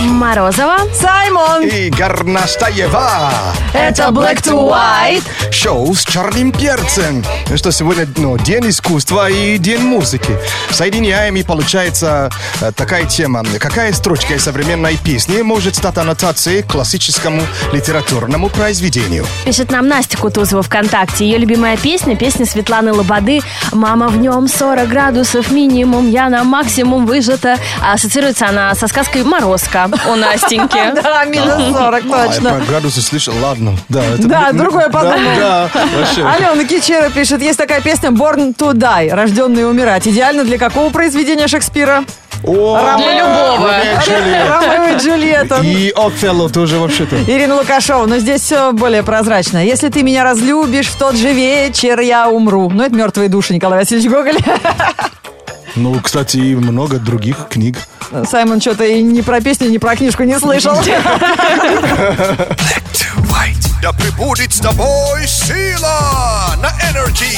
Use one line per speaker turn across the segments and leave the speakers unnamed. Морозова.
Саймон!
И Горнастаева.
Это Black to White.
Шоу с черным перцем. Ну Что сегодня ну, день искусства и день музыки. Соединяем и получается э, такая тема. Какая строчка из современной песни может стать аннотацией к классическому литературному произведению?
Пишет нам Настя Кутузова ВКонтакте. Ее любимая песня, песня Светланы Лободы «Мама в нем 40 градусов минимум, я на максимум выжата». А Ассоциируется она со сказкой «Морозко» у Настеньки.
Да, минус 40,
А, я
точно.
про градусы слышал, ладно. Да, это-
Да,
м,
другое
да,
подумал.
Да, вообще.
Алена Кичера пишет, есть такая песня «Born to Die», «Рожденные умирать». Идеально для какого произведения Шекспира?
О,
Ромео
Для любого.
Ромео и Джульетта.
Ромео и Джульетта.
И Отелло тоже вообще-то.
Ирина Лукашова, но здесь все более прозрачно. Если ты меня разлюбишь, в тот же вечер я умру. Ну, это мертвые души, Николай Васильевич Гоголь.
Ну, кстати, и много других книг.
Саймон что-то и ни про песню, ни про книжку не слышал.
Да прибудет с тобой сила на энергии.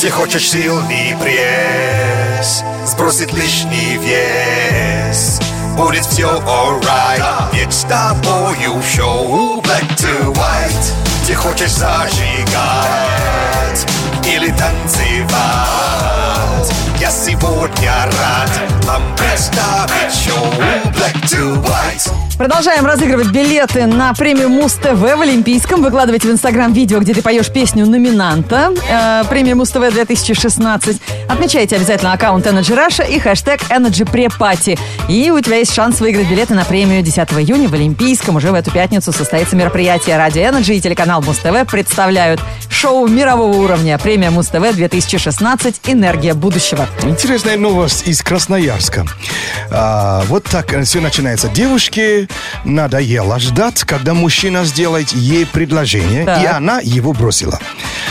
Ты хочешь сил и пресс, сбросит лишний вес. Будет все alright, ведь с тобою шоу black to white. Ты хочешь зажигать или танцевать. Я сегодня рад вам представить шоу black to white.
Продолжаем разыгрывать билеты на премию Муз-ТВ в Олимпийском. Выкладывайте в Инстаграм видео, где ты поешь песню номинанта. Э, премия Муз-ТВ 2016. Отмечайте обязательно аккаунт Energy Russia и хэштег Energy Pre-Party. И у тебя есть шанс выиграть билеты на премию 10 июня в Олимпийском. Уже в эту пятницу состоится мероприятие «Ради Energy и телеканал Муз-ТВ представляют шоу мирового уровня. Премия Муз-ТВ 2016 «Энергия будущего».
Интересная новость из Красноярска. А, вот так все начинается. Девушке надоело ждать, когда мужчина сделает ей предложение,
Так.
и она его бросила.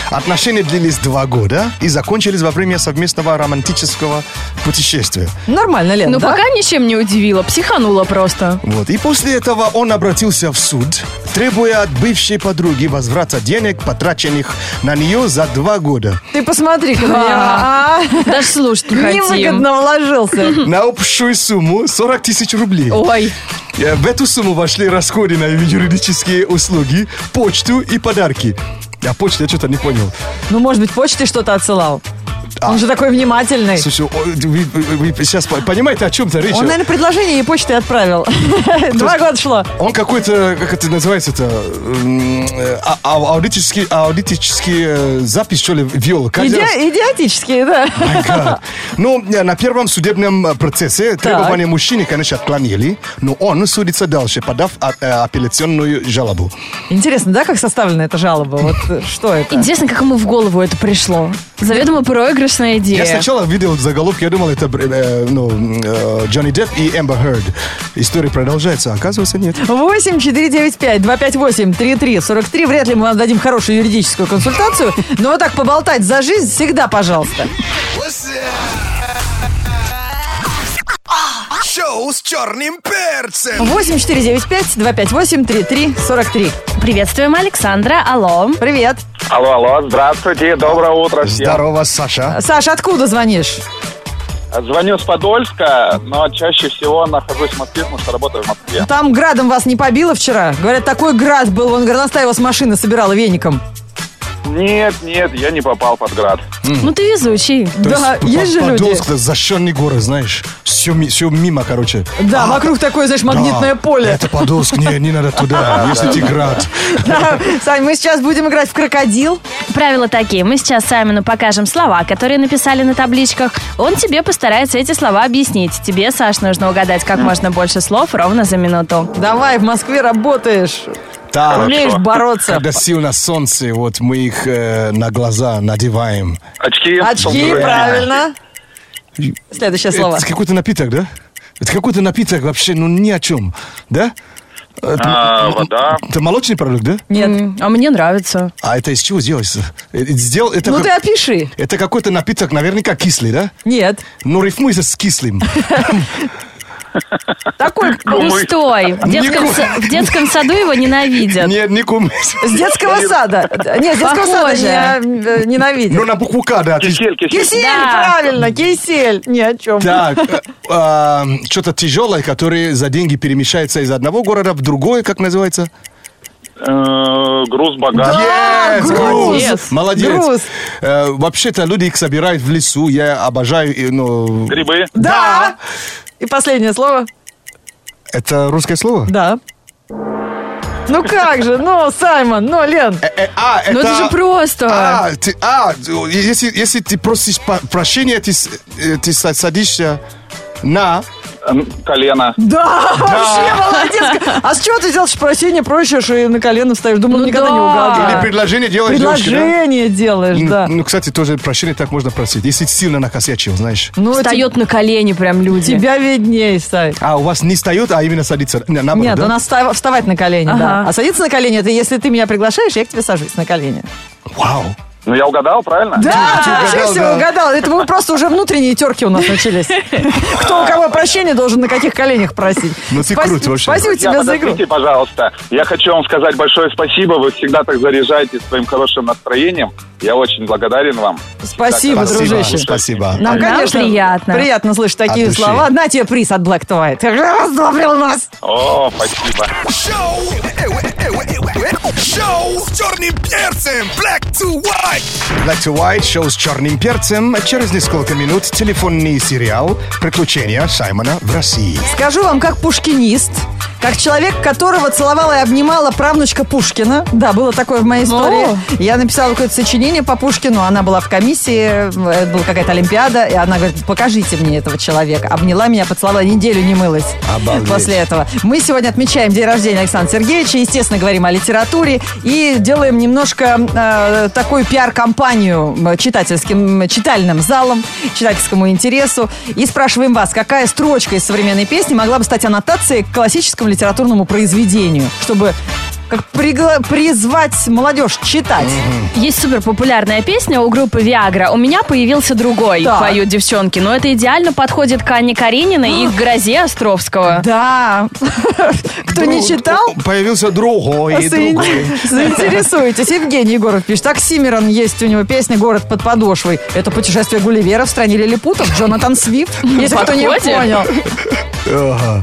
Отношения длились два года и закончились во время совместного романтического путешествия.
Нормально, Лен,
Ну,
да?
пока ничем не удивила, психанула просто.
Вот. И после этого он обратился в суд, требуя от бывшей подруги возврата денег, потраченных на нее за два года.
Ты посмотри, как меня. а.
Даже слушать не хотим.
Невыгодно вложился.
На общую сумму 40 тысяч рублей.
Ой,
Э, В эту сумму вошли расходы на юридические услуги, почту и подарки. А почту я что-то не понял.
Ну, может быть, почтой что-то отсылал. Он же такой внимательный.
Слушай, о, вы, вы- вы сейчас по- понимаете, о чем-то речь?
Он, наверное, предложение ей почтой отправил. Два года шло.
Он какой-то, как это называется это, м, э, а- а- аудитический, аудитический э, запись, что ли, вел. каждый раз.
Иди- Идиотические, да.
My God. Ну, э, на первом судебном э, процессе требования мужчины, конечно, отклонили, но он судится дальше, подав а- э, апелляционную жалобу.
Интересно, да, как составлена эта жалоба? Вот э, что это?
интересно, как ему в голову это пришло. Заведомо проигрышная
Я
идея.
сначала видел заголовки, я думал, это э, ну, э, Джонни Депп и Эмбер Херд. История продолжается, а оказывается, нет.
8 495 258 33 43. Вряд ли мы вам дадим хорошую юридическую консультацию, но вот так поболтать за жизнь всегда, пожалуйста.
Шоу с черным перцем.
8 495 258 33 43.
Приветствуем Александра. Алло.
Привет.
Алло, алло, здравствуйте, доброе утро всем.
Здорово, Саша.
Саша, откуда звонишь?
Звоню с Подольска, но чаще всего нахожусь в Москве, потому что работаю в Москве.
Там градом вас не побило вчера? Говорят, такой град был, вон Горностаева с машины собирала веником.
Нет, нет, я не попал под град.
Ну ты везучий.
да,
П-
есть же
Подольск,
люди.
это защищенный город, знаешь. Все, мимо, короче.
Да, вокруг такое, знаешь,
А. Да,
магнитное поле.
Это Подольск, не, не надо туда, если ты град.
Да. Сань, мы сейчас будем играть в крокодил.
Правила такие. Мы сейчас Саймону покажем слова, которые написали на табличках. Он тебе постарается эти слова объяснить. Тебе, Саш, нужно угадать как можно больше слов ровно за минуту.
Давай, в Москве работаешь.
Так,
Умеешь бороться.
когда сильно солнце, вот мы их э, на глаза надеваем.
Очки.
Очки,
солнцезащитные.
правильно. Следующее слово.
Это какой-то напиток, да? Это какой-то напиток вообще, ну ни о чем, да?
А, вода.
Это молочный продукт, да?
Нет.
А мне нравится.
А это из чего сделается? Э, Сделал, это,
Ну
как-
ты опиши.
это какой-то напиток, наверняка кислый, да?
Нет.
Но рифмуется с кислым.
Такой
Густой. В детском,
Нику-
са- в детском саду его ненавидят.
Нет, не кумыс.
С детского сада. Нет, с детского сада
Похоже.
я э,
Ну,
ненавидит.
на букву К, да. ты-
Кисель, кисель.
Кисель,
Да.
правильно, кисель. Ни о чем.
Так, а, что-то тяжелое, которое за деньги перемещается из одного города в другой, как называется?
Э, Груз богатый.
Да,
Yes,
груз.
груз. Э, Молодец.
Груз.
Э, вообще-то люди их собирают в лесу, я обожаю, э, ну...
Грибы.
Да. И последнее слово.
Это русское слово?
Да. Ну как же, ну, Саймон, ну, Лен.
Э, э, а, это...
Ну это же просто.
А, ты- а, э, если, если ты просишь по- прощения, ты, с- э, ты са- садишься на...
М, Колено.
Да, вообще молодец. А с чего ты делаешь прощение, просишь и на колено встаешь? Думал,
Ну
никогда
да.
не
Или
угадывал.
предложение делаешь девушке, да?
А. Предложение делаешь,
Ну,
да.
Ну, кстати, тоже прощение так можно просить, если сильно накосячил, знаешь.
Ну,
Встает на колени прям
те-
люди.
Тебя видней, Сай.
А у вас не встают, а именно садится на, наоборот,
Нет,
да?
у нас встав- вставать на колени, да.
Ага.
А садиться на колени, это если ты меня приглашаешь, я к тебе сажусь на колени.
Вау.
Ну, я угадал, правильно?
Да,
ты
вообще
угадал,
все
да.
угадал. Это мы просто уже внутренние терки у нас начались. Кто у кого прощение должен на каких коленях просить.
Ну ты
Спас-
крут вообще.
Спасибо
Я,
тебе за игру.
подождите, пожалуйста. Я хочу вам сказать большое спасибо. Вы всегда так заряжаете своим хорошим настроением. Я очень благодарен вам.
Спасибо,
Спасибо.
дружище.
Спасибо.
Нам,
Нам
конечно,
приятно.
приятно слышать такие
души.
слова. На тебе приз от Black to White. Раздобрил нас.
О, спасибо.
Шоу! Эуэ, эуэ, эуэ, эуэ. Шоу э, с черным перцем! Black to white!
Black to White, шоу с черным перцем. Через несколько минут телефонный сериал «Приключения Саймона в России».
Скажу вам, как пушкинист, как человек, которого целовала и обнимала правнучка Пушкина. Да, было такое в моей истории.
О.
Я написала какое-то сочинение по Пушкину, она была в комиссии, э, была какая-то олимпиада, и она говорит, покажите мне этого человека. Обняла меня, поцеловала, неделю не мылась
Обалдеть.
после этого. Мы сегодня отмечаем день рождения Александра Сергеевича, естественно, говорим о литературе и делаем немножко э, такую пиар-компанию э, читательским, читальным залом, читательскому интересу. И спрашиваем вас, какая строчка из современной песни могла бы стать аннотацией к классическому литературному произведению, чтобы как пригла- призвать молодежь читать.
Есть супер популярная песня у группы Viagra. У меня появился другой,
Так.
поют девчонки. Но это идеально подходит к Анне Карениной и к грозе Островского.
Да. Кто не
Друг-
читал,
Появился другой,
Заин-
другой.
Заинтересуйтесь. Евгений Егоров пишет. Оксимирон есть у него песня «Город под подошвой». Это путешествие Гулливера в стране лилипутов. Джонатан Свифт. Если кто не
Подходит.
понял.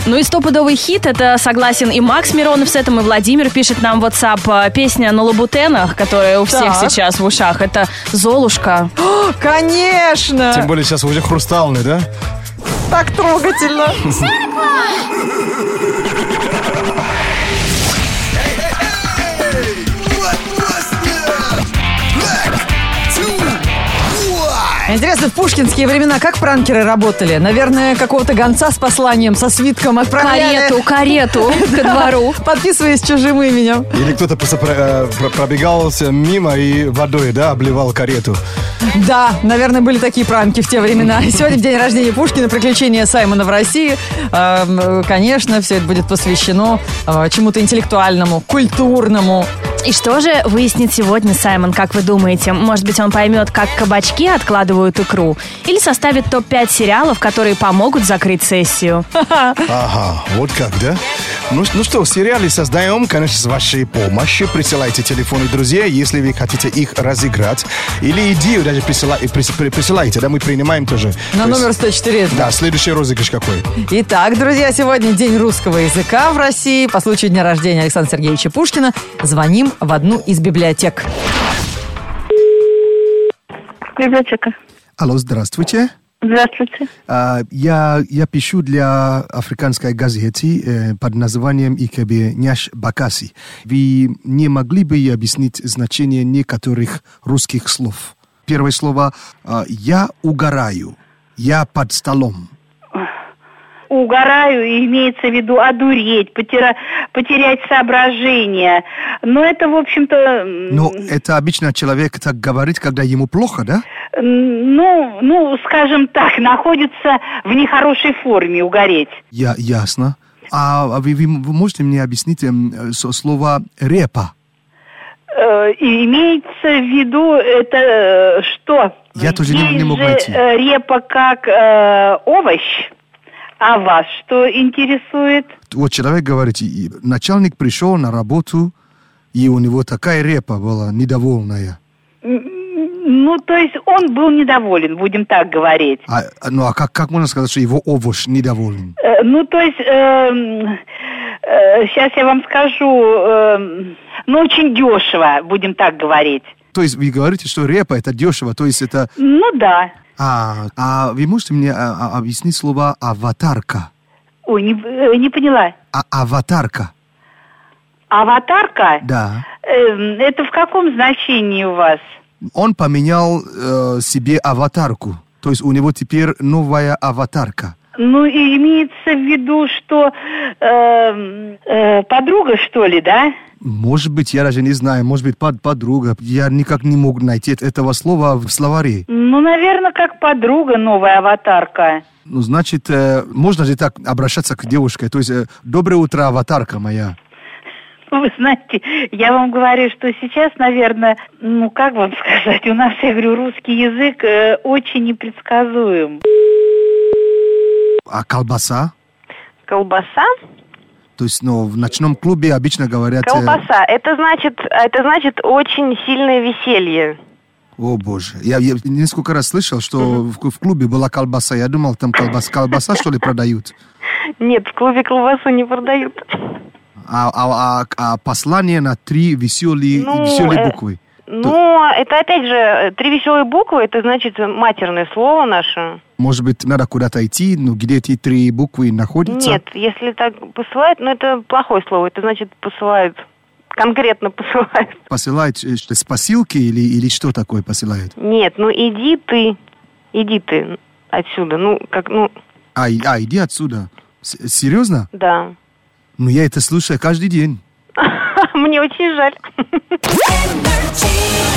Ну и стопудовый хит, это согласен и Макс Миронов с этим, и Владимир пишет нам в WhatsApp э, песня на лабутенах, которая у всех
Так.
сейчас в ушах. Это «Золушка».
О,
Тем
Конечно.
более сейчас уже хрустальный, да?
Так трогательно.
Эй, what was that? Black to white!
Интересно, в пушкинские времена как пранкеры работали? Наверное, какого-то гонца с посланием, со свитком отправляли.
Карету, карету ко двору.
Подписываясь чужим именем.
Или кто-то просто про- э, про- пробегался мимо и водой, да, обливал карету.
Да, наверное, были такие пранки в те времена. И Сегодня в день рождения Пушкина, приключения Саймона в России. Эм, Конечно, все это будет посвящено э, чему-то интеллектуальному, культурному.
И что же выяснит сегодня Саймон, как вы думаете? Может быть, он поймет, как кабачки откладывают икру? Или составит топ-5 сериалов, которые помогут закрыть сессию?
Ага, вот как, да? Ну, ш- ну что, сериалы создаем, конечно, с вашей помощью. Присылайте телефоны друзей, если вы хотите их разыграть. Или идею даже присыла- и прис- при- присылайте, да, мы принимаем тоже.
На
То есть-
номер 104. это.
Да, следующий розыгрыш какой?
Итак, друзья, сегодня день русского языка в России. По случаю дня рождения Александра Сергеевича Пушкина звоним в одну из библиотек.
Библиотека.
Алло, здравствуйте.
Здравствуйте.
А, Я, я пишу для африканской газеты э, под названием «Икебеняш Э, Бакаси». Вы не могли бы объяснить значение некоторых русских слов? Первое слово а, «я угораю», «я под столом».
Угораю, и имеется в виду одуреть, потера- потерять соображение. Но это, в общем-то, м,
Но это обычно человек так говорит, когда ему плохо, да?
м, ну, ну, скажем так, находится в нехорошей форме угореть.
Я, ясно. А вы, вы можете мне объяснить эм, э, со- слово «репа»?
Э, и имеется в виду это э, что?
Я тоже не- не
Есть э,
могу
же,
найти.
э, репа как э, овощ, А вас что интересует?
Вот человек говорит, и- и начальник пришел на работу, и у него такая репа была, недовольная.
М, Ну, то есть он был недоволен, будем так говорить.
А, а, ну а как, как можно сказать, что его овощ недоволен?
Э, Ну, то есть, сейчас я вам скажу, эм, ну, очень дешево, будем так говорить.
То есть вы говорите, что репа это дешево, то есть это...
Ну, да.
А, а вы можете мне а, а, объяснить слово аватарка?
Ой, не, э, не поняла.
А, аватарка,
Аватарка?
да.
Эм, это в каком значении у вас?
Он поменял э, себе аватарку, то есть у него теперь новая аватарка.
Ну, и имеется в виду, что эм, э, подруга, что ли, да?
Может быть, я даже не знаю, может быть, под, подруга. Я никак не мог найти этого слова в словаре.
Ну, наверное, как подруга новая аватарка.
Ну, значит, э, можно же так обращаться к девушке. То есть, э, доброе утро, аватарка моя.
Ну, Вы знаете, я вам говорю, что сейчас, наверное, ну как вам сказать, у нас, я говорю, русский язык э, очень непредсказуем.
А колбаса?
Колбаса?
То есть, ну, в ночном клубе обычно говорят... э,
Колбаса. Это значит, это значит очень сильное веселье.
О, боже. Я, я несколько раз слышал, что в, в клубе была колбаса. Я думал, там колбас, колбаса, что ли, продают.
Нет, в клубе колбасу не продают.
А, а- а- а послание на три веселые,
Ну,
веселые
э,
буквы.
Ну, это опять же э, три веселые буквы, это значит матерное слово наше.
Может быть, надо куда-то идти, ну, где эти три буквы находятся?
Нет, если так посылают, ну это плохое слово, это значит посылают, конкретно посылают.
Посылают э, что, с посылки или, или что такое посылают?
Нет, ну иди ты, иди ты отсюда, ну как, ну
А, и- а, иди отсюда. С- серьезно?
да.
Ну, я это слушаю каждый день.
Мне очень жаль.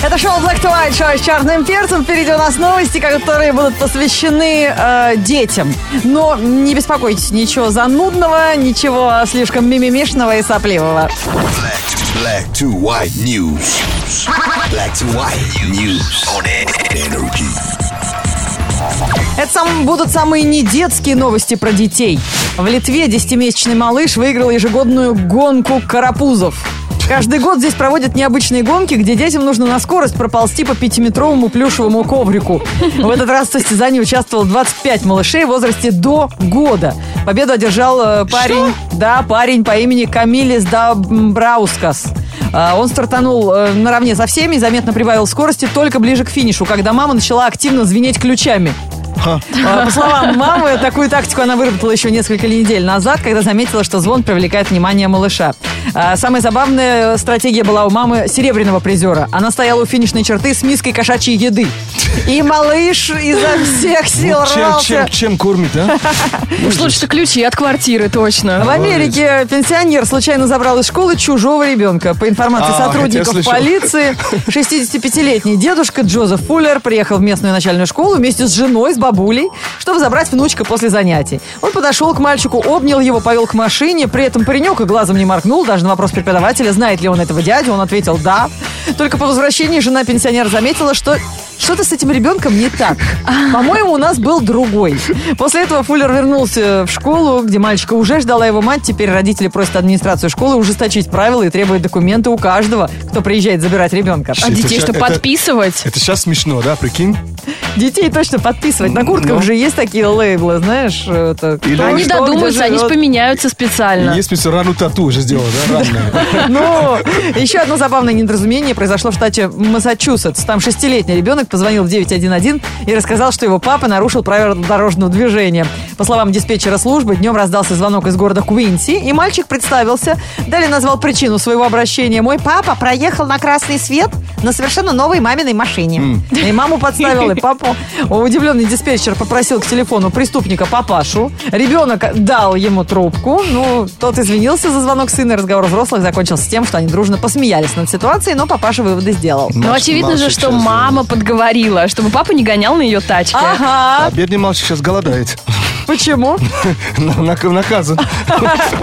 Это шоу Black to White, шоу с черным перцем. Впереди у нас новости, которые будут посвящены э, детям. Но не беспокойтесь, ничего занудного, ничего слишком мимимишного и сопливого.
Black to, black to white news. Black to white news on energy.
Это сам- будут самые недетские новости про детей. В Литве 10-месячный малыш выиграл ежегодную гонку карапузов. Каждый год здесь проводят необычные гонки, где детям нужно на скорость проползти по пятиметровому плюшевому коврику. В этот раз в состязании участвовало 25 малышей в возрасте до года. Победу одержал э, парень, да, парень по имени Камилис Дабраускас. А, Он стартанул э, наравне со всеми и заметно прибавил скорости только ближе к финишу, когда мама начала активно звенеть ключами. А, По словам мамы, такую тактику она выработала еще несколько недель назад, когда заметила, что звон привлекает внимание малыша. А, Самая забавная стратегия была у мамы серебряного призера. Она стояла у финишной черты с миской кошачьей еды. И малыш изо всех сил
Ну, чем, чем,
рвался.
чем кормит, а?
Уж лучше ключи от квартиры, точно.
В Америке пенсионер случайно забрал из школы чужого ребенка. По информации
А,
сотрудников
это я слышал.
полиции, 65-летний дедушка Джозеф Фуллер приехал в местную начальную школу вместе с женой, с бабулей, чтобы забрать внучка после занятий. Он подошел к мальчику, обнял его, повел к машине. При этом паренек и глазом не моргнул. Даже на вопрос преподавателя, знает ли он этого дядю, он ответил «да». Только по возвращении жена пенсионера заметила, что что-то с этим ребенком не так.
А.
По-моему, у нас был другой. После этого Фуллер вернулся в школу, где мальчика уже ждала его мать. Теперь родители просят администрацию школы ужесточить правила и требуют документы у каждого, кто приезжает забирать ребенка.
А
Это
детей
ща-
что,
это-
подписывать?
Это сейчас смешно, да, прикинь?
Детей точно подписывать. На куртках
Ну.
же есть такие лейблы, знаешь? это
Или
кто,
Они
что,
додумаются,
где
они ж
живет.
поменяются специально.
Есть смысл рану тату уже сделал, да, ранную.
Ну, еще одно забавное недоразумение произошло в штате Массачусетс. Там шестилетний ребенок позвонил в 911 и рассказал, что его папа нарушил правила дорожного движения. По словам диспетчера службы, днем раздался звонок из города Куинси, и мальчик представился. Далее назвал причину своего обращения. «Мой папа проехал на красный свет на совершенно новой маминой машине». И маму подставил, и папу. Удивленный диспетчер попросил к телефону преступника папашу. Ребенок дал ему трубку. Ну, тот извинился за звонок сына. Разговор взрослых закончился тем, что они дружно посмеялись над ситуацией, но папаша выводы сделал.
Ну,
Маш-
очевидно же,
Машечка
что
сделала.
мама подговорила, чтобы папа не гонял на ее тачке.
Ага,
А бедный мальчик сейчас голодает.
почему?
На- на- Наказан.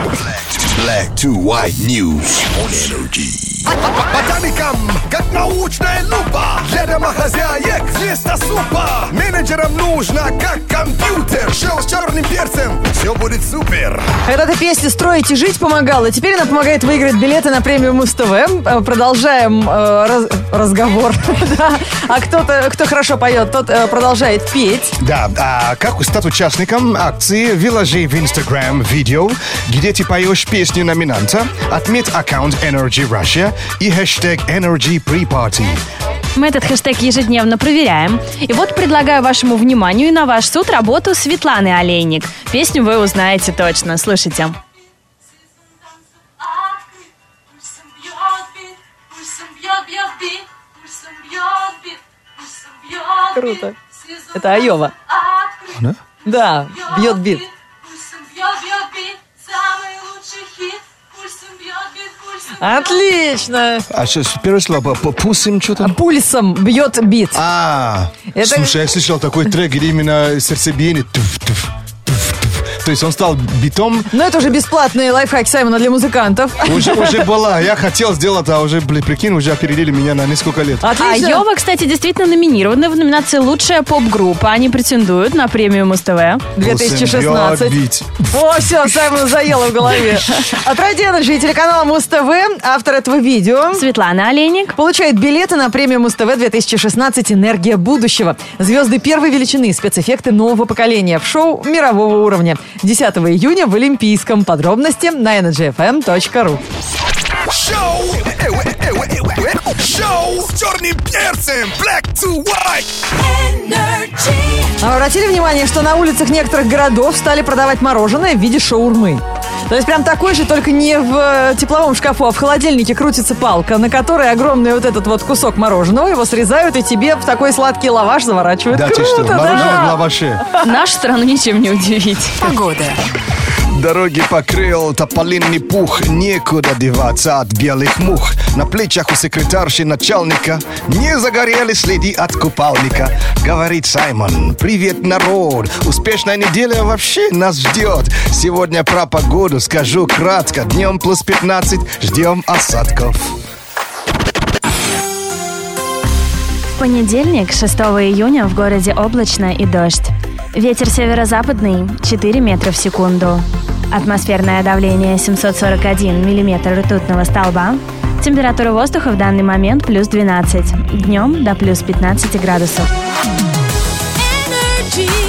Black to white news on energy. Botanicam, как научная лупа. Для домохозяек вместо супа. Менеджерам нужно, как компьютер. Шел с черным перцем. Все будет супер.
Когда-то песня «Строить и жить» помогала. Теперь она помогает выиграть билеты на премию Муз ТВ. Э, Продолжаем э, раз- разговор. Да. А кто-то, кто хорошо поет, тот э, продолжает петь.
Да, а как стать участником акции «Выложи в Instagram видео, где ты поешь песню номинанта, отметь аккаунт Energy Russia и хэштег Energy Pre-Party.
Мы этот хэштег ежедневно проверяем. И вот предлагаю вашему вниманию и на ваш суд работу Светланы Олейник. Песню вы узнаете точно. Слушайте.
Пульсом бьет бит, пульсом бьет, бьет бит, пульсом бьет бит, пульсом бьет бит.
Круто. Это Айова. Да, бьет бит.
Пульсом бьет, бьет бит, самый лучший хит. Пульсом бьет бит, пульсом
Отлично.
А что, первое слово, попусим что-то?
Пульсом бьет бит.
А,
Это-
слушай, я слышал такой трек, где именно сердцебиение. туф-туф, туф-туф. То есть он стал битом,
Но это уже бесплатный лайфхак Саймона для музыкантов.
уже, уже была. Я хотел сделать, а уже, блин, прикинь, уже опередили меня на несколько лет.
А
Отлично.
Йова, кстати, действительно номинированы в номинации «Лучшая поп-группа». Они претендуют на премию Муз-ТВ.
2016.
Бить.
О, все, Саймона заело в голове. От Радио Energy и телеканала Муз-ТВ, автор этого видео,
Светлана Олейник.
получает билеты на премию Муз-ТВ 2016 «Энергия будущего». Звезды первой величины и спецэффекты нового поколения в шоу мирового уровня. 10 июня в Олимпийском. Подробности на Эм energyfm.ru.
Шоу! Эуэ, эуэ, эуэ, эуэ. Шоу с черным перцем! Black to white!
А Обратили внимание, что на улицах некоторых городов стали продавать мороженое в виде шаурмы. То есть прям такой же, только не в э, тепловом шкафу, а в холодильнике крутится палка, на которой огромный вот этот вот кусок мороженого, его срезают и тебе в такой сладкий лаваш заворачивают.
Да, ты
Круто,
что, мороженое в
да?
лаваше.
Нашу страну ничем не удивить.
Дороги покрыл тополинный пух, некуда деваться от белых мух. На плечах у секретарши начальника не загорели следы от купальника. Говорит Саймон, привет, народ, успешная неделя вообще нас ждет. Сегодня про погоду скажу кратко, днем плюс 15, ждем осадков.
Понедельник, 6 июня, в городе облачно и дождь. Ветер северо-западный 4 метра в секунду. Атмосферное давление 741 миллиметр ртутного столба. Температура воздуха в данный момент плюс 12. Днем до плюс 15 градусов.
бьет.